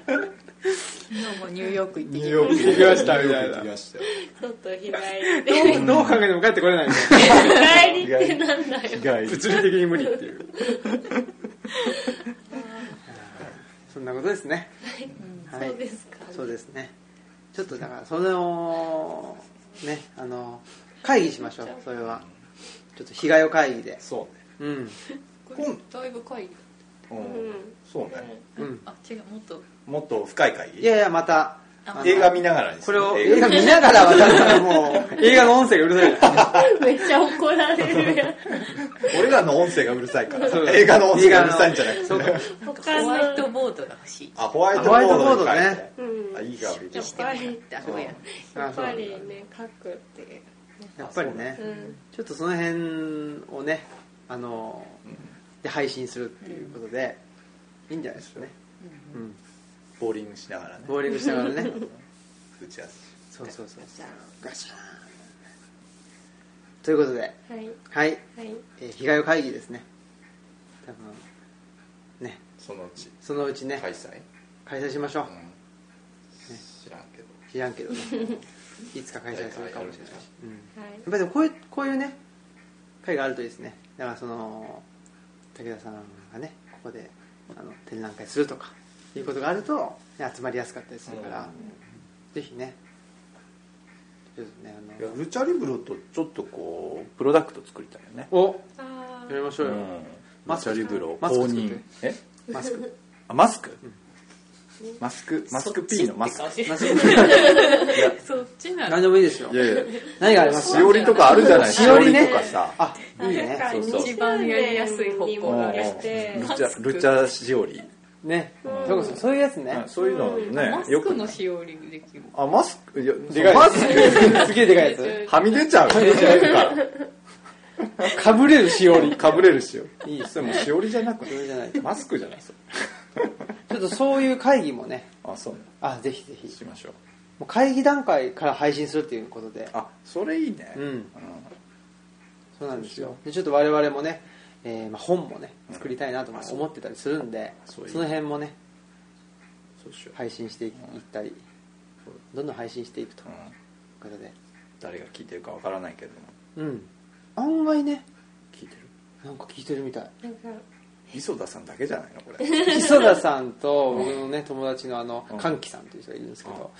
[SPEAKER 3] 日もニューヨーク行って
[SPEAKER 1] ニューヨーク行って
[SPEAKER 3] きた
[SPEAKER 1] ニューヨーク行ってきましたよ
[SPEAKER 4] ちょっと日帰りで
[SPEAKER 2] どうどう考えても帰ってこれないね
[SPEAKER 4] 日帰りってなんだよ
[SPEAKER 1] 意外
[SPEAKER 2] 物理的に無理っていう そんなことですねはい
[SPEAKER 4] そうですか
[SPEAKER 2] そうですねちょっとだからそれをねあの会議しましょうそれはちょっと被害を会議で
[SPEAKER 1] そうね
[SPEAKER 2] うん
[SPEAKER 3] だいぶ濃い
[SPEAKER 1] うん
[SPEAKER 4] うん
[SPEAKER 1] そうね
[SPEAKER 2] うん
[SPEAKER 3] あ違うもっと
[SPEAKER 1] もっと深い会
[SPEAKER 2] い
[SPEAKER 1] 議
[SPEAKER 2] やいやまたあの
[SPEAKER 1] 映画見ながらにす
[SPEAKER 2] こ
[SPEAKER 1] る
[SPEAKER 2] れを
[SPEAKER 1] 映
[SPEAKER 2] 映
[SPEAKER 1] 画
[SPEAKER 2] 画見ながら渡ったらもう 映画の音声がうるさいから
[SPEAKER 4] めっちゃ怒られるやん
[SPEAKER 1] 俺らの音声がうるさいから
[SPEAKER 2] そう
[SPEAKER 1] 映画の音声がうるさいんじゃなくて
[SPEAKER 2] そうか
[SPEAKER 3] ホ
[SPEAKER 4] 他の
[SPEAKER 3] ワイトボードが欲しい
[SPEAKER 1] あホワイトボードに書い
[SPEAKER 2] ホワイ
[SPEAKER 1] て
[SPEAKER 4] トボードね
[SPEAKER 1] あいいかもいいか
[SPEAKER 4] や
[SPEAKER 1] も
[SPEAKER 4] っ
[SPEAKER 3] しても
[SPEAKER 4] ぱ
[SPEAKER 3] らっ
[SPEAKER 4] り
[SPEAKER 3] てあそうや
[SPEAKER 4] やっぱりね書くっていう
[SPEAKER 2] やっぱりね
[SPEAKER 4] うん
[SPEAKER 2] ちょっとその辺をねあので配信するっていうことでいいんじゃないですかねうん
[SPEAKER 1] ボーリングしながらね
[SPEAKER 2] ボーリングしながらね
[SPEAKER 1] 打ち合わせ
[SPEAKER 2] そうそうそう
[SPEAKER 4] じゃ
[SPEAKER 2] ガシャーンということで
[SPEAKER 4] あはい
[SPEAKER 2] はい
[SPEAKER 4] はい
[SPEAKER 2] えー被害会議ですね多分ね
[SPEAKER 1] そのうち
[SPEAKER 2] そのうちね、
[SPEAKER 1] 開催
[SPEAKER 2] 開催しましょう
[SPEAKER 1] うん知らんけど
[SPEAKER 2] 知らんけどね いつか開催するかもしれないし、うん、や
[SPEAKER 4] はい
[SPEAKER 2] っぱりでもこういうこういうね会があるといいですねだからその武田さんがねここであの展覧会するとかいうことがあると、ね集まりやすかったりするから、ぜひねちょっとね
[SPEAKER 1] い
[SPEAKER 2] あ
[SPEAKER 1] や
[SPEAKER 2] の
[SPEAKER 1] ルチャリブロとちょっとこうプロダクト作りたいよね、
[SPEAKER 2] おや
[SPEAKER 4] あ
[SPEAKER 2] りましょうよ、マ
[SPEAKER 1] マ
[SPEAKER 2] ス
[SPEAKER 1] ス
[SPEAKER 2] ク
[SPEAKER 1] クリブロ公
[SPEAKER 2] マスク作
[SPEAKER 1] 認
[SPEAKER 2] って
[SPEAKER 1] え
[SPEAKER 2] マスク
[SPEAKER 1] あマスク、マスクマスク P のマスク
[SPEAKER 3] ク
[SPEAKER 2] マス
[SPEAKER 3] そっちなの
[SPEAKER 2] 何でもいいですよ
[SPEAKER 1] いやいや
[SPEAKER 2] 何があります
[SPEAKER 1] しおりとかあるじゃない
[SPEAKER 2] しおりね
[SPEAKER 1] とかさ
[SPEAKER 2] あいい
[SPEAKER 4] ー
[SPEAKER 2] ね
[SPEAKER 1] そうそう
[SPEAKER 3] 一番やりやすい方
[SPEAKER 4] に
[SPEAKER 1] うん
[SPEAKER 4] も
[SPEAKER 1] う
[SPEAKER 4] ら
[SPEAKER 1] ん
[SPEAKER 4] っ
[SPEAKER 1] ルチ
[SPEAKER 4] て
[SPEAKER 1] ャルチャしおり、
[SPEAKER 2] ね、
[SPEAKER 4] うん
[SPEAKER 2] そうかそうそういうやつね
[SPEAKER 1] うん、そういうのね
[SPEAKER 3] マス
[SPEAKER 1] よ
[SPEAKER 3] ク
[SPEAKER 1] く
[SPEAKER 3] のしおりできる
[SPEAKER 1] あマスクいや
[SPEAKER 2] でかい
[SPEAKER 1] マス
[SPEAKER 2] クすげえでかいやつ
[SPEAKER 1] はみ出ちゃうか
[SPEAKER 2] かぶれるしおり
[SPEAKER 1] らかぶれるしよ
[SPEAKER 2] いい
[SPEAKER 1] それもうしおりじゃなく
[SPEAKER 2] それ
[SPEAKER 1] て
[SPEAKER 2] じゃない
[SPEAKER 1] マスクじゃないそれ
[SPEAKER 2] ちょっとそういう会議もね
[SPEAKER 1] あそうね
[SPEAKER 2] あぜひぜひ
[SPEAKER 1] しましょう
[SPEAKER 2] もう会議段階から配信するっていうことで
[SPEAKER 1] あそれいいね
[SPEAKER 2] うんそうなんですよでちょっと我々もね、えーまあ、本もね作りたいなとも
[SPEAKER 1] あそう
[SPEAKER 2] 思ってたりするんでそ
[SPEAKER 1] そういう
[SPEAKER 2] の辺もね
[SPEAKER 1] そうしよう、
[SPEAKER 2] 配信していったりどんどん配信していくという
[SPEAKER 1] うん
[SPEAKER 2] ことで
[SPEAKER 1] 誰が聞いてるかわからないけども
[SPEAKER 2] うん案外ね
[SPEAKER 1] 聞いてる
[SPEAKER 2] なんか聞いてるみたい
[SPEAKER 4] なんか
[SPEAKER 1] 磯田さんだけじゃないのこれ
[SPEAKER 2] 磯田さんと僕のね友達のあの
[SPEAKER 1] うん
[SPEAKER 2] 歓喜さんという人がいるんですけ
[SPEAKER 1] うん
[SPEAKER 2] ど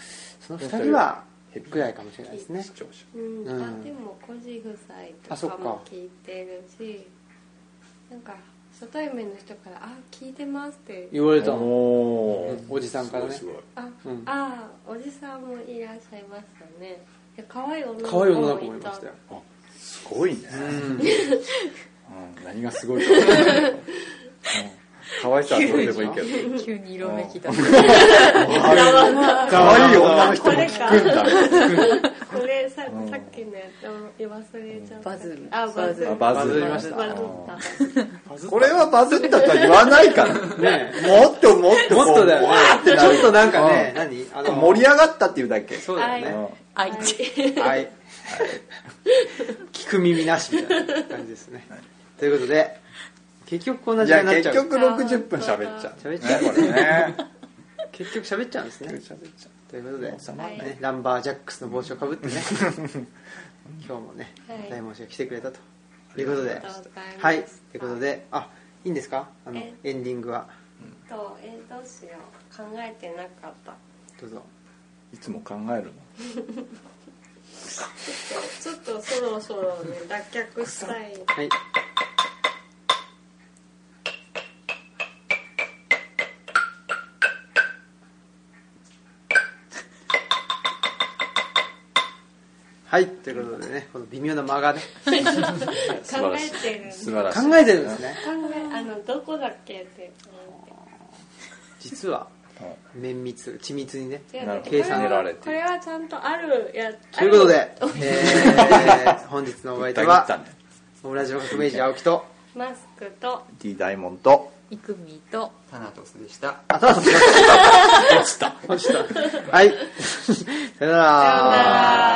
[SPEAKER 2] その2人は
[SPEAKER 1] ヘビ
[SPEAKER 2] ぐらいかもしれないですね
[SPEAKER 1] 視聴者
[SPEAKER 4] うん、
[SPEAKER 2] うん
[SPEAKER 4] あでも孤児夫
[SPEAKER 2] あ
[SPEAKER 4] 妻
[SPEAKER 2] そ
[SPEAKER 4] と
[SPEAKER 2] っか
[SPEAKER 4] かも聞いてるしなんか初対面の人から「あ聞いてます」って
[SPEAKER 2] 言われたの
[SPEAKER 1] お
[SPEAKER 2] うんおじさんからね
[SPEAKER 1] すごいす
[SPEAKER 4] あ、
[SPEAKER 2] うん
[SPEAKER 4] あおじさんもいらっしゃいましたねいや可愛い女の
[SPEAKER 2] 可
[SPEAKER 4] 子
[SPEAKER 2] 愛い女の
[SPEAKER 4] も
[SPEAKER 2] 子
[SPEAKER 4] い
[SPEAKER 2] もいましたよ
[SPEAKER 1] ごいあすごいね、
[SPEAKER 2] うん
[SPEAKER 1] うん何がすごいか分かんない、うん、可愛さはどうでもいいけど
[SPEAKER 3] 急に色めきだ
[SPEAKER 1] 可愛い女の人も聞くんだ
[SPEAKER 4] これさ
[SPEAKER 1] うん
[SPEAKER 4] さっきのやつ忘れちゃった
[SPEAKER 3] バズる
[SPEAKER 4] あバズる
[SPEAKER 1] あバズ
[SPEAKER 2] りました
[SPEAKER 4] バズった
[SPEAKER 1] これはバズったとは言わないから
[SPEAKER 2] ね
[SPEAKER 1] もっともっと
[SPEAKER 2] も
[SPEAKER 1] こう
[SPEAKER 2] っとだよね
[SPEAKER 1] わーっ。
[SPEAKER 2] ち
[SPEAKER 1] てな
[SPEAKER 2] ょ
[SPEAKER 1] る
[SPEAKER 2] っとなんかね、
[SPEAKER 1] うん
[SPEAKER 2] 何あ
[SPEAKER 1] でも盛り上がったっていうだけ
[SPEAKER 2] そうだよね。
[SPEAKER 3] 愛
[SPEAKER 4] は い
[SPEAKER 3] 知
[SPEAKER 2] はい。聞く耳なしみたいな感じですね。ということで、結局こんな時
[SPEAKER 1] じゃ
[SPEAKER 2] 間
[SPEAKER 1] あ
[SPEAKER 2] になっちゃ
[SPEAKER 1] 結
[SPEAKER 2] う。
[SPEAKER 1] 局60分喋っちゃう
[SPEAKER 2] 喋っちゃう
[SPEAKER 1] ねこれね
[SPEAKER 2] 結局喋っちゃうんですね。
[SPEAKER 1] 喋っちゃ
[SPEAKER 2] ということで、
[SPEAKER 1] 収まんない
[SPEAKER 2] ねランバージャックスの帽子をかぶ ってね、今日もね
[SPEAKER 4] は、い
[SPEAKER 2] 大門氏が来てくれたと。いうことで
[SPEAKER 4] ありがとうございま、した
[SPEAKER 2] はい。ということで、あ、いいんですかあの
[SPEAKER 4] え、
[SPEAKER 2] エンディングは。
[SPEAKER 4] とえーどうしよう考えてなかった
[SPEAKER 2] どうぞ。
[SPEAKER 1] ういつも考えるの
[SPEAKER 4] ちょっとそろそろね脱却したい
[SPEAKER 2] はいはい、ということでね、この微妙な間がね、
[SPEAKER 1] 素晴
[SPEAKER 4] 考
[SPEAKER 1] らし
[SPEAKER 4] え
[SPEAKER 1] い
[SPEAKER 4] てる
[SPEAKER 1] 素晴らしい
[SPEAKER 2] 考えてるんですね。
[SPEAKER 4] 考えあのどこだっけって思って
[SPEAKER 2] 実は、
[SPEAKER 1] はい
[SPEAKER 2] 綿密、緻密にね。
[SPEAKER 4] で
[SPEAKER 1] なるほど
[SPEAKER 2] 計算
[SPEAKER 4] これ
[SPEAKER 1] 練られて
[SPEAKER 4] は
[SPEAKER 1] る
[SPEAKER 4] これはちゃんとあるや
[SPEAKER 2] ということで
[SPEAKER 4] ある、
[SPEAKER 2] えー、本日のお相手
[SPEAKER 1] ぶった
[SPEAKER 2] は
[SPEAKER 1] 切ったね、
[SPEAKER 2] オムラジオ革命児青木と、
[SPEAKER 4] マスクと
[SPEAKER 1] D 大門と
[SPEAKER 3] イクミと
[SPEAKER 5] タナトスでした
[SPEAKER 2] あ、ただ、落ちた。落ちた。はい。さよなら。
[SPEAKER 4] あー